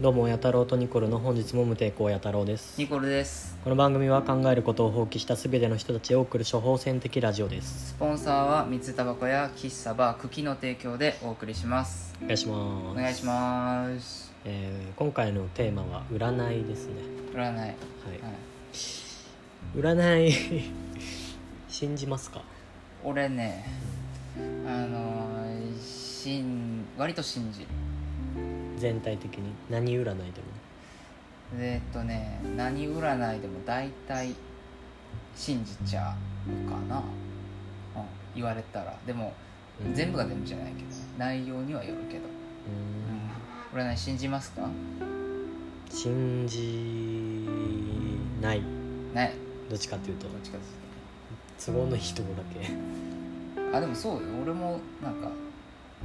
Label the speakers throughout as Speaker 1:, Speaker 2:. Speaker 1: どうもや太郎とニコルの本日も無抵抗や太郎です
Speaker 2: ニコルです
Speaker 1: この番組は考えることを放棄した全ての人たちへ送る処方箋的ラジオです
Speaker 2: スポンサーは水タバコや喫茶バー茎の提供でお送りします
Speaker 1: お願いします
Speaker 2: お願いします
Speaker 1: えー今回のテーマは占いですね
Speaker 2: 占い、はい、
Speaker 1: はい占い 信じますか
Speaker 2: 俺ねあのーしん割と信じる
Speaker 1: 全体的に何占いでも
Speaker 2: でえっとね何占いでも大体信じちゃうかな、うん、言われたらでも、
Speaker 1: うん
Speaker 2: 全部が全部じゃないけど内容にはよるけど、うん、占い信じますか
Speaker 1: うーん信じない
Speaker 2: ない
Speaker 1: どっちかっていうと
Speaker 2: どっちかです
Speaker 1: 都合のいいとこだけ
Speaker 2: あでもそうよ俺もなんか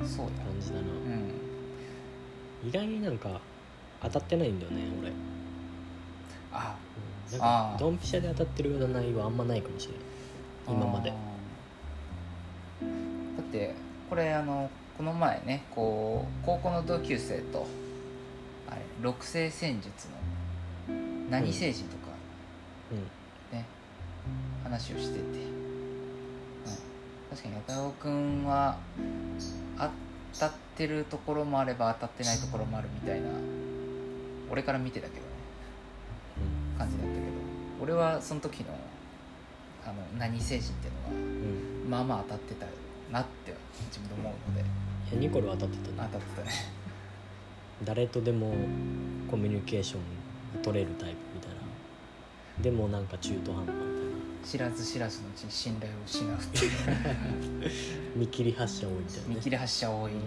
Speaker 2: そうだ
Speaker 1: 感じだな
Speaker 2: うん
Speaker 1: 意外になんか当たってないんだよね俺
Speaker 2: あ
Speaker 1: なんか
Speaker 2: あー
Speaker 1: ドンピシャで当たってる占いはあんまないかもしれない今まで
Speaker 2: あーだってこれあのこの前ねこう高校の同級生とあれ六星戦術の何星人とか
Speaker 1: う
Speaker 2: ね、話をしてて、はい、確かに八尾君は当たってるところもあれば当たってないところもあるみたいな俺から見てたけどね
Speaker 1: ん
Speaker 2: 感じだったけど俺はその時のあの何星人っていうの
Speaker 1: うんうん
Speaker 2: がまあまあ当たってたなって自分で思うので
Speaker 1: いやニコルは当たって
Speaker 2: 当
Speaker 1: た
Speaker 2: たっ
Speaker 1: ね
Speaker 2: てたね
Speaker 1: 誰とでもコミュニケーション取れるタイプみたいなでもなんか中途半端み
Speaker 2: 知らず知らずのうちに信頼を失うっていう
Speaker 1: たいな見切り発車多いみたいなね
Speaker 2: 見切り発車多い、うん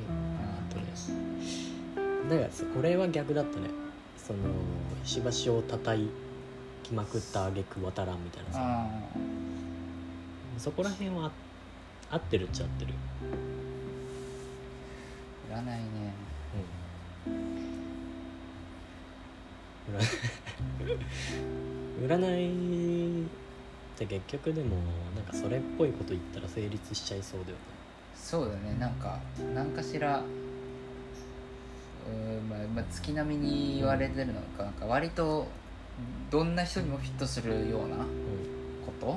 Speaker 1: とねなんかそこれは逆だったねその石橋を叩きまくった挙句渡らんみたいなさ
Speaker 2: あー
Speaker 1: そこら辺は合ってるっちゃ合ってる
Speaker 2: 占いね
Speaker 1: うん占占いって結局でもなんかそれっぽいこと言ったら成立しちゃいそうだよね
Speaker 2: そうだねなんか何かしらうーん、まあまあ、月並みに言われてるのかなんか割とどんな人にもフィットするような
Speaker 1: うん
Speaker 2: こと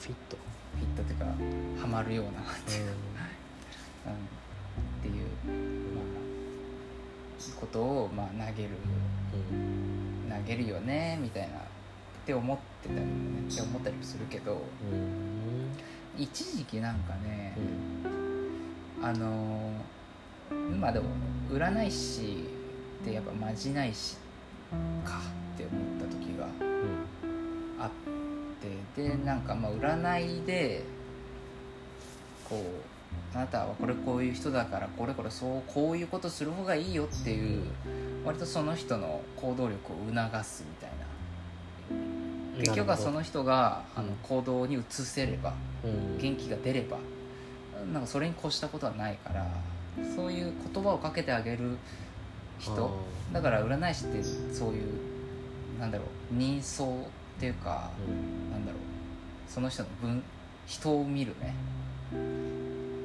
Speaker 1: フィット
Speaker 2: フィットっていうかハマるような、うん、っていう、まあ、ことを、まあ、投げる
Speaker 1: うん、うん
Speaker 2: 投げるよねみたいなって思ってたりもねって思ったりもするけど
Speaker 1: うん
Speaker 2: 一時期なんかね、
Speaker 1: うん
Speaker 2: あのーまあでも占い師ってやっぱまじない師かって思った時が
Speaker 1: うん
Speaker 2: あってでなんかまあ占いでこうあなたはこれこういう人だからこれこれそうこういうことする方がいいよっていう割とその人の行動力を促すみたいな結局はその人があの
Speaker 1: うん
Speaker 2: 行動に移せれば
Speaker 1: うん
Speaker 2: 元気が出ればなんかそれに越したことはないからそういう言葉をかけてあげる人だから占い師ってそういうなんだろう人相っていう
Speaker 1: あ
Speaker 2: か
Speaker 1: ー、うん
Speaker 2: なんだろうその人の分人を見る目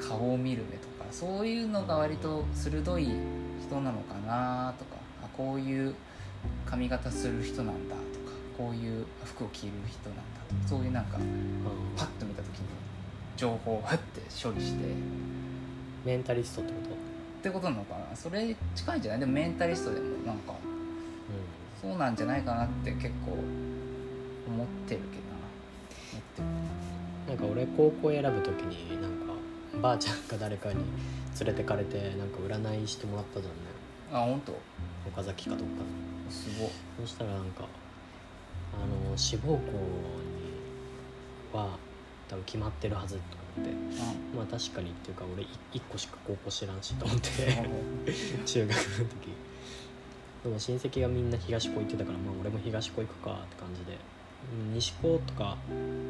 Speaker 2: 顔を見る目とかそういうのが割と鋭い人なのかなとかあこういう髪型する人なんだとかこういう服を着る人なんだとかそういうなんか
Speaker 1: あ
Speaker 2: パッと見た時に情報をふって処理してっ
Speaker 1: ーメンタリストってこと、
Speaker 2: てことなのかなそれ近いんじゃないでもメンタリストでもなんかそうなんじゃないかなって結構思ってるけどな思
Speaker 1: な
Speaker 2: って
Speaker 1: んか俺高校選ぶ時になんかばあちゃんか誰かに連れてかれてなんか占いしてもらったじゃんね
Speaker 2: るあ本当
Speaker 1: 岡崎かどっかの
Speaker 2: すごい
Speaker 1: そしたらなんかあの志望校には多分決まってるはずと思ってまあ確かにっていうか俺1個しか高校知らんしと思って中学の時でも親戚がみんな東高行ってたからまあ俺も東高行くかって感じでうん西高とか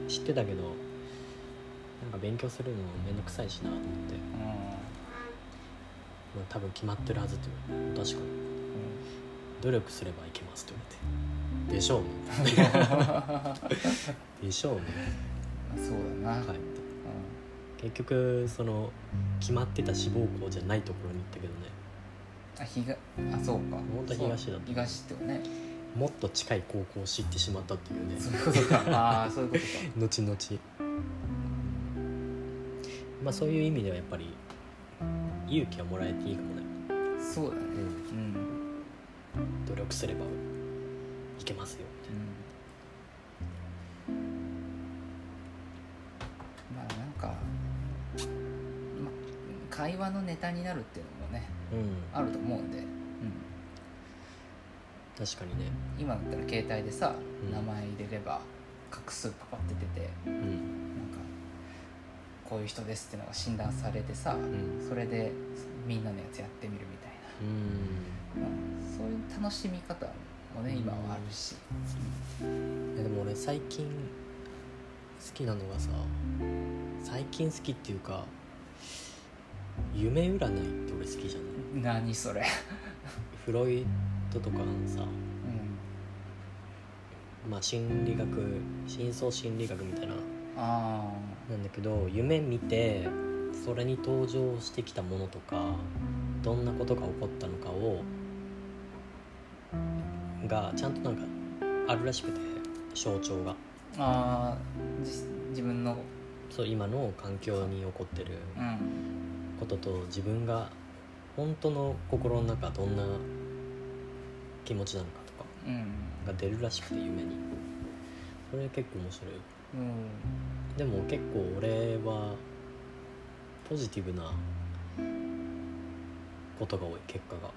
Speaker 1: 知ってたけどなんか勉強するのめんどくさいしなと思って、
Speaker 2: う
Speaker 1: まあ、多分決まってるはずって言われて確かに努力すればいけますって言われてでしょうね
Speaker 2: ん、まあ
Speaker 1: でしょうね
Speaker 2: そうだな、
Speaker 1: はい
Speaker 2: うん
Speaker 1: 結局その決まってた志望校じゃないところに行ったけどね
Speaker 2: あひがあそうか
Speaker 1: 本当は東だった
Speaker 2: そう東ってことね
Speaker 1: もっと近い高校を知ってしまったっていうね
Speaker 2: そういうことかああそういうことか
Speaker 1: 後々まあそういう意味ではやっぱり勇気はもらえていいかもね、
Speaker 2: そうだね
Speaker 1: うん、
Speaker 2: うん、
Speaker 1: 努力すればいけますよ
Speaker 2: うんまあなんか、ま、会話のネタになるっていうのもね
Speaker 1: みたいな、うん、
Speaker 2: あると思うんで、うん、
Speaker 1: 確かにね、
Speaker 2: 今だったら携帯でさ
Speaker 1: うん
Speaker 2: 名前入れれば画数パパって出て
Speaker 1: う
Speaker 2: なん
Speaker 1: ん
Speaker 2: かこういう人ですってのが診断されてさ
Speaker 1: うん
Speaker 2: それでみんなのやつやってみるみたい
Speaker 1: うん
Speaker 2: な、まあそういう楽しみ方もね今はあるし、
Speaker 1: いやでも俺最近好きなのがさ最近好きっていうか夢占いって俺好きじゃない
Speaker 2: 何それ、
Speaker 1: フロイトとかのさ、
Speaker 2: うん、
Speaker 1: まあ、心理学深層心理学みたいな
Speaker 2: あ
Speaker 1: なんだけど夢見てそれに登場してきたものとかどんなことが起こったのかをがちゃんとなんかあるらしくて象徴が
Speaker 2: ーあーじ自分の
Speaker 1: そう今の環境に起こってる
Speaker 2: うん
Speaker 1: ことと自分が本当の心の中どんな気持ちなのかとか
Speaker 2: うん
Speaker 1: が出るらしくて夢にそれ結構面白い
Speaker 2: うん
Speaker 1: でも結構俺はポジティブなことが多い結果が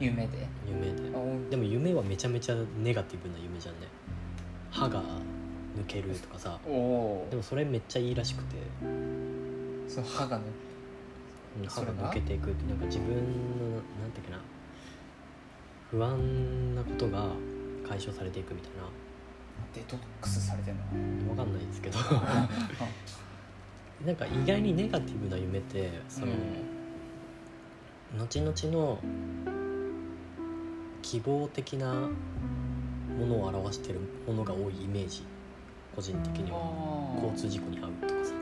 Speaker 2: 夢で
Speaker 1: 夢で
Speaker 2: あうん
Speaker 1: でも夢はめちゃめちゃネガティブな夢じゃんね歯が抜けるとかさ
Speaker 2: おお
Speaker 1: でもそれめっちゃいいらしくて
Speaker 2: その歯がね
Speaker 1: うん歯
Speaker 2: それ
Speaker 1: が
Speaker 2: が
Speaker 1: 抜けていくってなんか自分のなんていうかな不安なことが解消されていくみたいな
Speaker 2: デトックスされ てんの
Speaker 1: わかんないですけど
Speaker 2: あ
Speaker 1: なんか意外にネガティブな夢ってその、後々の希望的なものを表してるものが多いイメージ個人的には交通事故に遭うとかさ、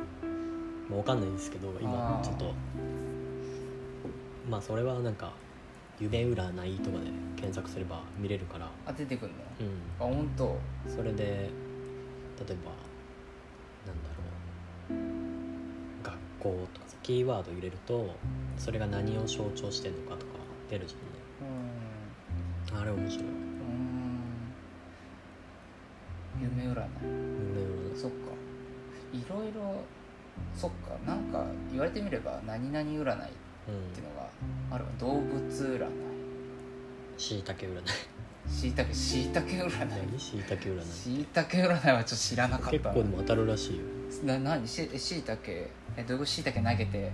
Speaker 1: まあ、分かんないですけど今
Speaker 2: あー
Speaker 1: ちょっとまあそれはなんか夢占いとかで検索すれば見れるから、
Speaker 2: あ出てくるの
Speaker 1: うん、
Speaker 2: あ本当
Speaker 1: それで例えばなんだろう学校とかさキーワード入れるとそれが何を象徴してるのかとか出るじ
Speaker 2: うー
Speaker 1: ゃんねあれ面白い
Speaker 2: んうーん夢占い
Speaker 1: 夢占い
Speaker 2: そっかいろいろそっかなんか言われてみれば何々占いっていうのがあるわ動物占い
Speaker 1: しいた け占い
Speaker 2: しいたけしいたけ占い
Speaker 1: 何しいたけ占い
Speaker 2: しいたけ占いはちょっと知らなかった
Speaker 1: 結
Speaker 2: な
Speaker 1: 構でも当たるらしいよ
Speaker 2: な何ししいたけえどういうことしいたけ投げて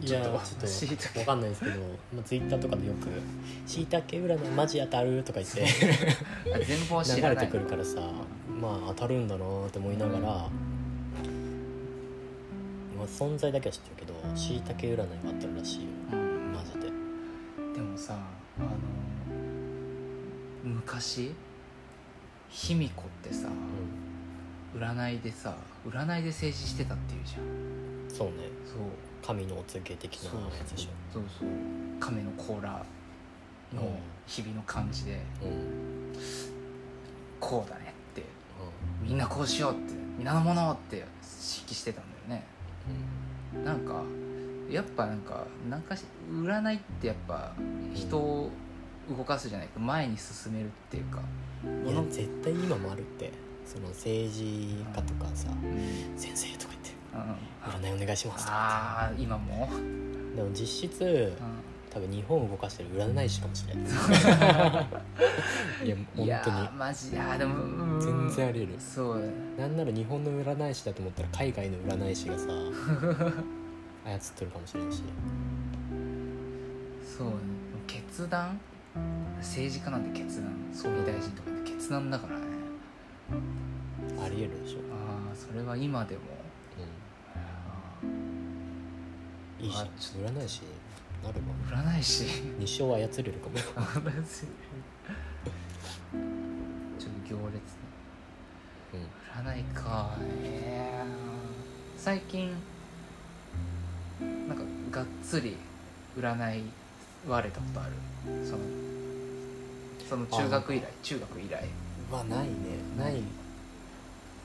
Speaker 1: いや
Speaker 2: ち
Speaker 1: ち
Speaker 2: ょ
Speaker 1: ょ
Speaker 2: っ
Speaker 1: っ
Speaker 2: と
Speaker 1: と
Speaker 2: 椎茸
Speaker 1: わかんないですけど、まあ、ツイッターとかでよく「しいたけ占いマジ当たる」とか言って
Speaker 2: あ全貌は 知
Speaker 1: 流
Speaker 2: ら
Speaker 1: れ
Speaker 2: な
Speaker 1: て
Speaker 2: い
Speaker 1: くるからさまあ当たるんだなーって思いながら、まあ、存在だけは知ってるけどしいたけ占いがあったらしいよ
Speaker 2: うん
Speaker 1: マジで
Speaker 2: でもさあの昔卑弥呼ってさ
Speaker 1: う
Speaker 2: 占いでさ占いで政治してたっていうじゃん
Speaker 1: んそうね
Speaker 2: そう
Speaker 1: 神のお告げ的な
Speaker 2: そう
Speaker 1: やつでし
Speaker 2: そうそう亀の甲羅
Speaker 1: うん
Speaker 2: の日々の感じで
Speaker 1: ょうん、うん、
Speaker 2: こうだねってみんなこうしようって皆のものって指揮してたんだよねなんかやっぱなんかなんかし占いってやっぱ人を動かすじゃないか前に進めるっていうか
Speaker 1: うん、いや絶対今もあるってその政治家とかさ
Speaker 2: うん
Speaker 1: 「先生」とか言って
Speaker 2: うん
Speaker 1: 「占いお願いします」とか
Speaker 2: ああ今も、
Speaker 1: 言ってでも実質
Speaker 2: うん
Speaker 1: 多分日本を動かしてる占い師かもしれない いや
Speaker 2: いや
Speaker 1: 本
Speaker 2: ーマジいやーでもうん
Speaker 1: 当に全然あり得る
Speaker 2: そうだね
Speaker 1: なんなら日本の占い師だと思ったら海外の占い師がさ操ってるかもしれないし
Speaker 2: そうだね決断政治家なんて決断総理大臣とかって決断だからね
Speaker 1: ありえるでしょ、
Speaker 2: ああそれは今でも
Speaker 1: う
Speaker 2: あ
Speaker 1: ん、いいじゃん
Speaker 2: あち
Speaker 1: 占い師になれば
Speaker 2: ー占い師
Speaker 1: 日生を操れる かも
Speaker 2: 占い師ちょっと行列ね
Speaker 1: うん
Speaker 2: 占いかえー最近なんかがっつり占い言われたことあるそのその中学以来中学以来
Speaker 1: はないねないで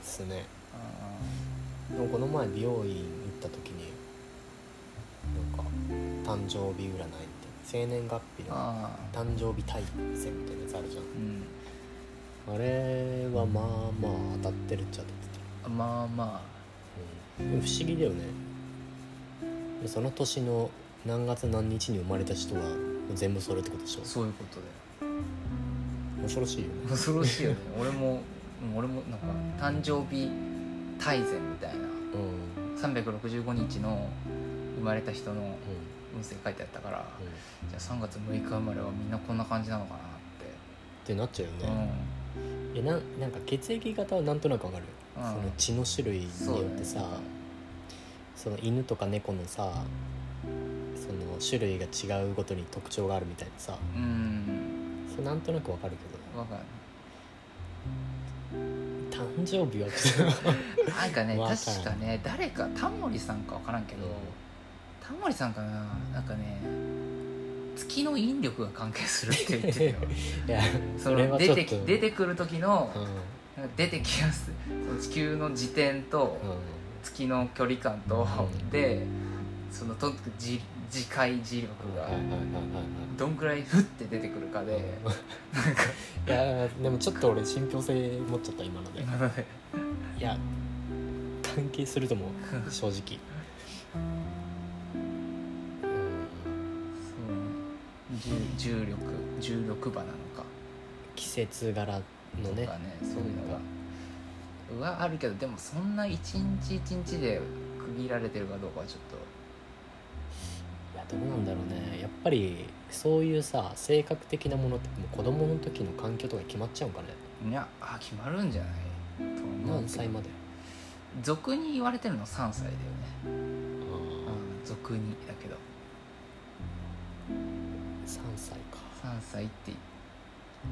Speaker 1: すねでもこの前美容院行った時になんか誕生日占いって生年月日の
Speaker 2: ああ
Speaker 1: 誕生日対戦みたいなやつあるじゃん
Speaker 2: うん
Speaker 1: あれはまあまあ当たってるっちゃ当たって
Speaker 2: まあま
Speaker 1: た、うん、不思議だよねでその年の何月何日に生まれた人は全部それってことでし
Speaker 2: あ
Speaker 1: ょ
Speaker 2: そういうことだよ
Speaker 1: 恐ろしいよね
Speaker 2: 恐ろ しいよね俺もうん俺もなんか誕生日大全みたいな
Speaker 1: うんうん
Speaker 2: 365日の生まれた人の運勢書いてあったから、
Speaker 1: うんっ
Speaker 2: じゃあ3月6日生まれはみんなこんな感じなのかなって
Speaker 1: てなっちゃうよ
Speaker 2: う
Speaker 1: ね、いやなんなんか血液型はなんとなくわかるよ、
Speaker 2: うん
Speaker 1: その血の種類に
Speaker 2: ん
Speaker 1: よってさ
Speaker 2: そうだね
Speaker 1: その犬とか猫のさその種類が違うごとに特徴があるみたいなさ
Speaker 2: うん
Speaker 1: そうなんとなくわかる
Speaker 2: わかる
Speaker 1: けど誕生日はちょっと
Speaker 2: なんかね
Speaker 1: わからん
Speaker 2: 確かね誰かタモリさんか分からんけど、タモリさんかななんかね月の引力が関係するって言 ってたよ
Speaker 1: いや
Speaker 2: そ
Speaker 1: それ
Speaker 2: の
Speaker 1: は
Speaker 2: 出
Speaker 1: ちょっと
Speaker 2: てき出てくる時の
Speaker 1: う、んうん
Speaker 2: なんか出てきやすいその地球の時点と月の距離感と、
Speaker 1: うん
Speaker 2: でそのとにかくじ自戒磁力が
Speaker 1: はいはいはいはい
Speaker 2: どんくらいフッて出てくるかで、なんか
Speaker 1: はいいやでもちょっと俺信憑性持っちゃった今ので
Speaker 2: 今まで
Speaker 1: いや関係すると思う正直うん
Speaker 2: そうね重重力重力場なのか
Speaker 1: 季節柄の
Speaker 2: と
Speaker 1: ね
Speaker 2: かねそういうのがはあるけどでもそんな一日一日で区切られてるかどうかはちょっ
Speaker 1: いやどうなんだろうねやっぱりそういうさ性格的なものってもう子供の時の環境とか決まっちゃうんかね
Speaker 2: といやあ決まるんじゃないと思う
Speaker 1: 何
Speaker 2: け
Speaker 1: 歳
Speaker 2: ど
Speaker 1: まで
Speaker 2: 俗に言われてるの3歳だよね、
Speaker 1: ああ
Speaker 2: うん、俗にだけど
Speaker 1: 3歳か
Speaker 2: 3歳って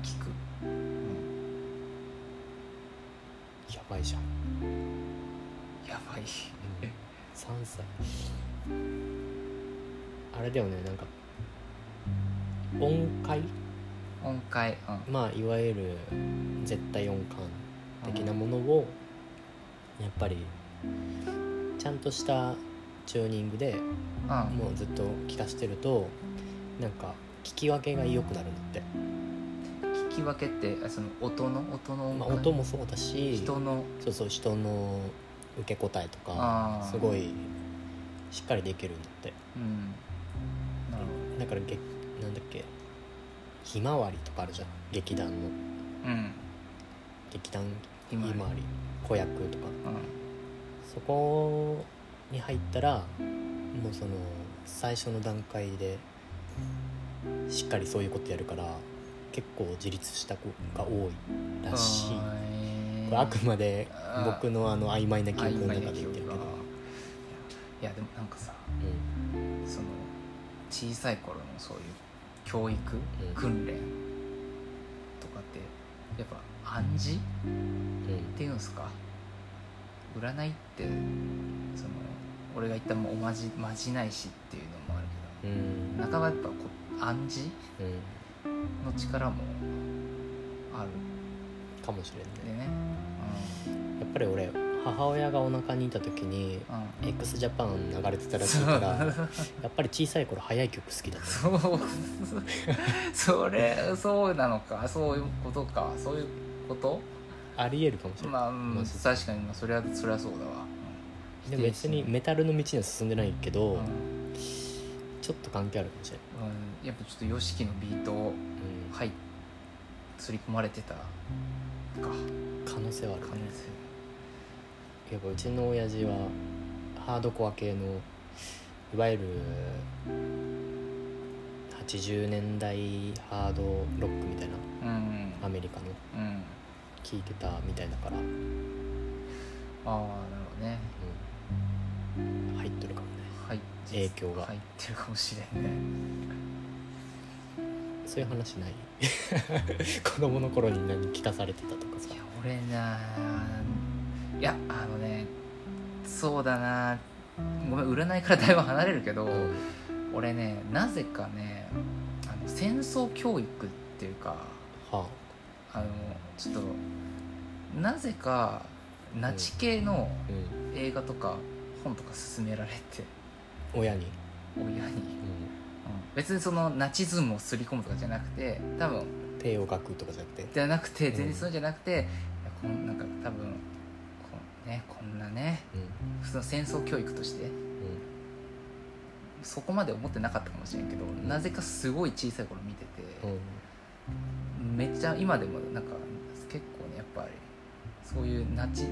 Speaker 2: 聞く、うん、
Speaker 1: やばいじゃん
Speaker 2: やばい
Speaker 1: 3歳あれだよねなんか音階
Speaker 2: 音階うん
Speaker 1: まあいわゆる絶対音感的なものをやっぱりちゃんとしたチューニングで
Speaker 2: うん
Speaker 1: もうずっと聞かしてるとなんか聞き分けが良くなるんだって、
Speaker 2: 聞き分けってあその音の音の音
Speaker 1: まあ、
Speaker 2: 階、
Speaker 1: 音もそうだし
Speaker 2: 人の
Speaker 1: そうそう人の受け答えと
Speaker 2: あ
Speaker 1: か
Speaker 2: ー
Speaker 1: すごいしっかりできるんだって
Speaker 2: うんなるほ
Speaker 1: だからげなんだっけひまわりとかあるじゃん劇団の
Speaker 2: どうん
Speaker 1: 劇団ひ
Speaker 2: 今
Speaker 1: まわり子役とか
Speaker 2: う
Speaker 1: そこに入ったらもうその最初の段階でしっかりそういうことやるから結構自立した子が多い
Speaker 2: ん
Speaker 1: らしい
Speaker 2: はーい
Speaker 1: これあくまで
Speaker 2: あー
Speaker 1: 僕のあの曖昧な記憶の
Speaker 2: 曖昧
Speaker 1: 中
Speaker 2: な
Speaker 1: で
Speaker 2: 記
Speaker 1: 言って
Speaker 2: 憶
Speaker 1: るけ
Speaker 2: が
Speaker 1: ど
Speaker 2: いやいやでもなんかさその小さい頃のそういう教育、
Speaker 1: うん
Speaker 2: 訓練とかってやっぱ暗示っ
Speaker 1: うんうん
Speaker 2: ていうんですか占いってその俺が言ったもうおまじまじないしっていうのもある
Speaker 1: う
Speaker 2: け
Speaker 1: ん
Speaker 2: ど半ばやっぱこう暗示
Speaker 1: うん
Speaker 2: の力もある
Speaker 1: かもしれ
Speaker 2: で
Speaker 1: ない
Speaker 2: ね
Speaker 1: やっぱり俺母親がお腹にいた時に
Speaker 2: うん、うん
Speaker 1: x ジャパン流れてたらしい
Speaker 2: そ
Speaker 1: からや
Speaker 2: う
Speaker 1: っぱり小さい頃早い曲好きだった
Speaker 2: そう それそうなのかそういうことかそういうこと
Speaker 1: ありえるかもしれない
Speaker 2: まあ、うん
Speaker 1: まあ
Speaker 2: 確かにまあそれはそれはそうだわ
Speaker 1: でも別にメタルの道には進んでないけ
Speaker 2: う
Speaker 1: ど、
Speaker 2: ん、うん
Speaker 1: ちょっと関係あるかもしれない、
Speaker 2: やっぱちょっと YOSHIKI のビートを
Speaker 1: うん
Speaker 2: はい刷り込まれてたか可能
Speaker 1: 可能性はあるね
Speaker 2: 性
Speaker 1: やっぱうちの親父はハードコア系のいわゆる80年代ハードロックみたいな
Speaker 2: うん
Speaker 1: アメリカの
Speaker 2: うん
Speaker 1: 聴いてたみたいだから、うん
Speaker 2: ああなるほどね
Speaker 1: 入ってるかもね
Speaker 2: はい
Speaker 1: 影響が
Speaker 2: 入ってるかもしれんね
Speaker 1: そういう話ない 子供の頃に何聞かされてたとかさ
Speaker 2: いや俺ないやあのねそうだなごめん占いからだいぶ離れるけど、
Speaker 1: うん
Speaker 2: 俺ねなぜかねあの戦争教育っていうか
Speaker 1: は
Speaker 2: あのちょっとなぜかナチ系の
Speaker 1: あうん
Speaker 2: 映画とか本とか勧められて
Speaker 1: 親に、
Speaker 2: 親に、うん
Speaker 1: う
Speaker 2: 別にそのナチズムを刷り込むとかじゃなくて多分
Speaker 1: ん、帝王学とかじゃなくて
Speaker 2: じゃなくて
Speaker 1: うん
Speaker 2: 全然そうじゃなくて、いやこんなんか多分こん,、ね、こんなね
Speaker 1: うん
Speaker 2: 普通の戦争教育としてそこまで思ってなかったかもしれんけど、
Speaker 1: ん
Speaker 2: なぜかすごい小さい頃見てて、
Speaker 1: うんうん
Speaker 2: めっちゃ今でもなんか結構ねやっぱりそういうナチ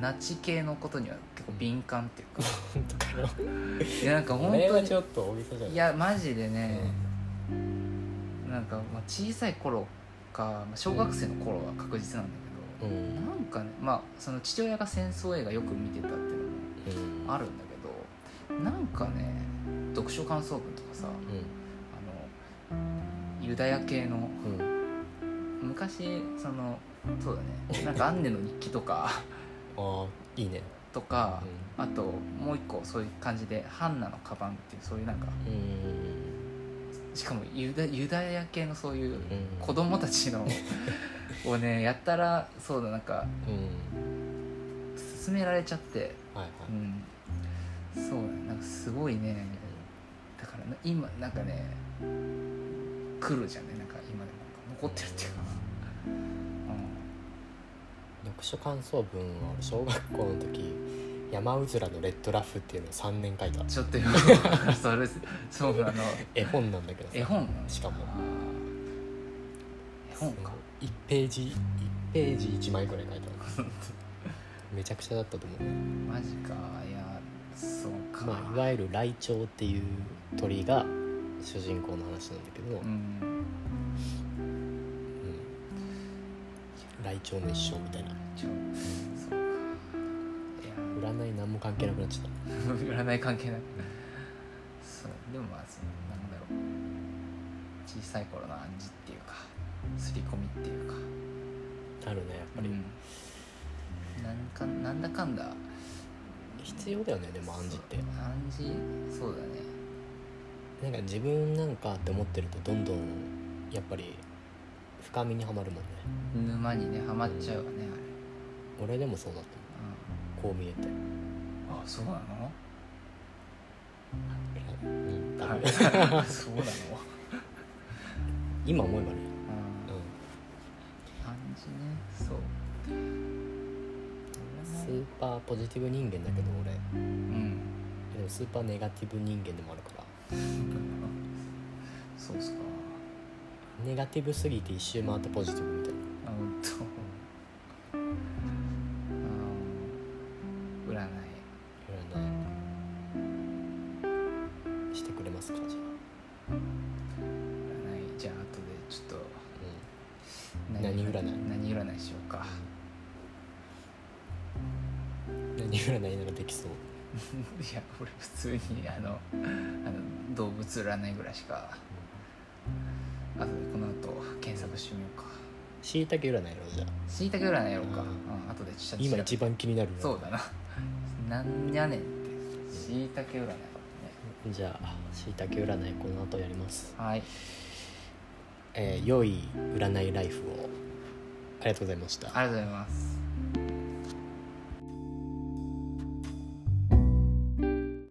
Speaker 2: ナチ系のことには結構敏感っていうか、
Speaker 1: 本当かよ
Speaker 2: いやなんか本
Speaker 1: これ
Speaker 2: 当
Speaker 1: はち
Speaker 2: に
Speaker 1: ょっと大げさじゃない
Speaker 2: いやマジで
Speaker 1: う
Speaker 2: ね
Speaker 1: ん、
Speaker 2: なんかまあ小さい頃かまあ小学生の頃は確実なんだけ
Speaker 1: う
Speaker 2: ど、
Speaker 1: ん
Speaker 2: なんかねまあその父親が戦争映画よく見てたっていうの
Speaker 1: うん
Speaker 2: もあるんだけどなんかね読書感想文とかさあのユダヤ系の
Speaker 1: うんうん
Speaker 2: 昔そのそうだねなんかアンネの日記と
Speaker 1: あ
Speaker 2: か
Speaker 1: あいいね
Speaker 2: とか、あともう一個そういう感じで「ハンナのカバン」っていうそういうなんか
Speaker 1: うんうん
Speaker 2: しかもユダユダヤ系のそうい
Speaker 1: う
Speaker 2: う
Speaker 1: ん
Speaker 2: 子供た ちのをねやったらそうだなんか
Speaker 1: うん
Speaker 2: 勧められちゃって
Speaker 1: はいはい
Speaker 2: うんそうだねなんかすごいねだからな今なんかね来るじゃんねなんか今でもなんか残ってるっていうかな、
Speaker 1: 読書感想文は俺小学校の時山うずらのレッドラフっていうのを3年書いた
Speaker 2: うん、ちょっと今 それそうなの
Speaker 1: 絵本なんだけどさ
Speaker 2: 絵本
Speaker 1: しかも
Speaker 2: あー絵本か
Speaker 1: 1ページ1ページ1枚ぐらい書いたの めちゃくちゃだったと思うね、
Speaker 2: マジかいやそうか、
Speaker 1: まあ、いわゆるライチョウっていう鳥が主人公の話なんだけど、う
Speaker 2: うんん
Speaker 1: ライチョウの一生みたいな
Speaker 2: ちょそうかいや
Speaker 1: 占い何も関係なくなっちゃった
Speaker 2: 占い関係ないそうでもまあそのなんだろう小さい頃の暗示っていうか刷り込みっていうか
Speaker 1: あるねやっぱ
Speaker 2: う
Speaker 1: り、
Speaker 2: ん、なんかなんだかんだ
Speaker 1: 必要だよねでも暗示って
Speaker 2: そう暗示そうだね
Speaker 1: なんか自分なんかって思ってるとどんどんやっぱり深みにはまるもんね
Speaker 2: 沼にねハマっちゃうわね
Speaker 1: 俺でもそうだったもんこう見えて、
Speaker 2: あれ、うん、あそうなの
Speaker 1: うん多
Speaker 2: は
Speaker 1: 分
Speaker 2: い そうなの、
Speaker 1: 今思えばね、
Speaker 2: うん
Speaker 1: うん、
Speaker 2: 感じねそう
Speaker 1: スーパーポジティブ人間だけど俺
Speaker 2: うん
Speaker 1: でもスーパーネガティブ人間でもあるから
Speaker 2: そうっすか
Speaker 1: ネガティブすぎて一周回ってポジティブみたいな
Speaker 2: あほんとあー占い
Speaker 1: 占いしてくれますかじゃ
Speaker 2: 占いじゃあ後でちょっと
Speaker 1: あ、何占い
Speaker 2: 何占いしようか
Speaker 1: うん、何占いならできそう
Speaker 2: いや俺普通にあのあの動物占いぐらいしかあとでこの後検索してみようか
Speaker 1: しいたけ占いやろうじゃあ
Speaker 2: しいたけ占いやろうか、
Speaker 1: う
Speaker 2: うんん後でちょっと
Speaker 1: 今一番気になる
Speaker 2: そうだななんやねんってしいたけ占いだね
Speaker 1: じゃあしいたけ占いこの後やります
Speaker 2: はい
Speaker 1: えー良い占いライフをありがとうございました
Speaker 2: ありがとうございます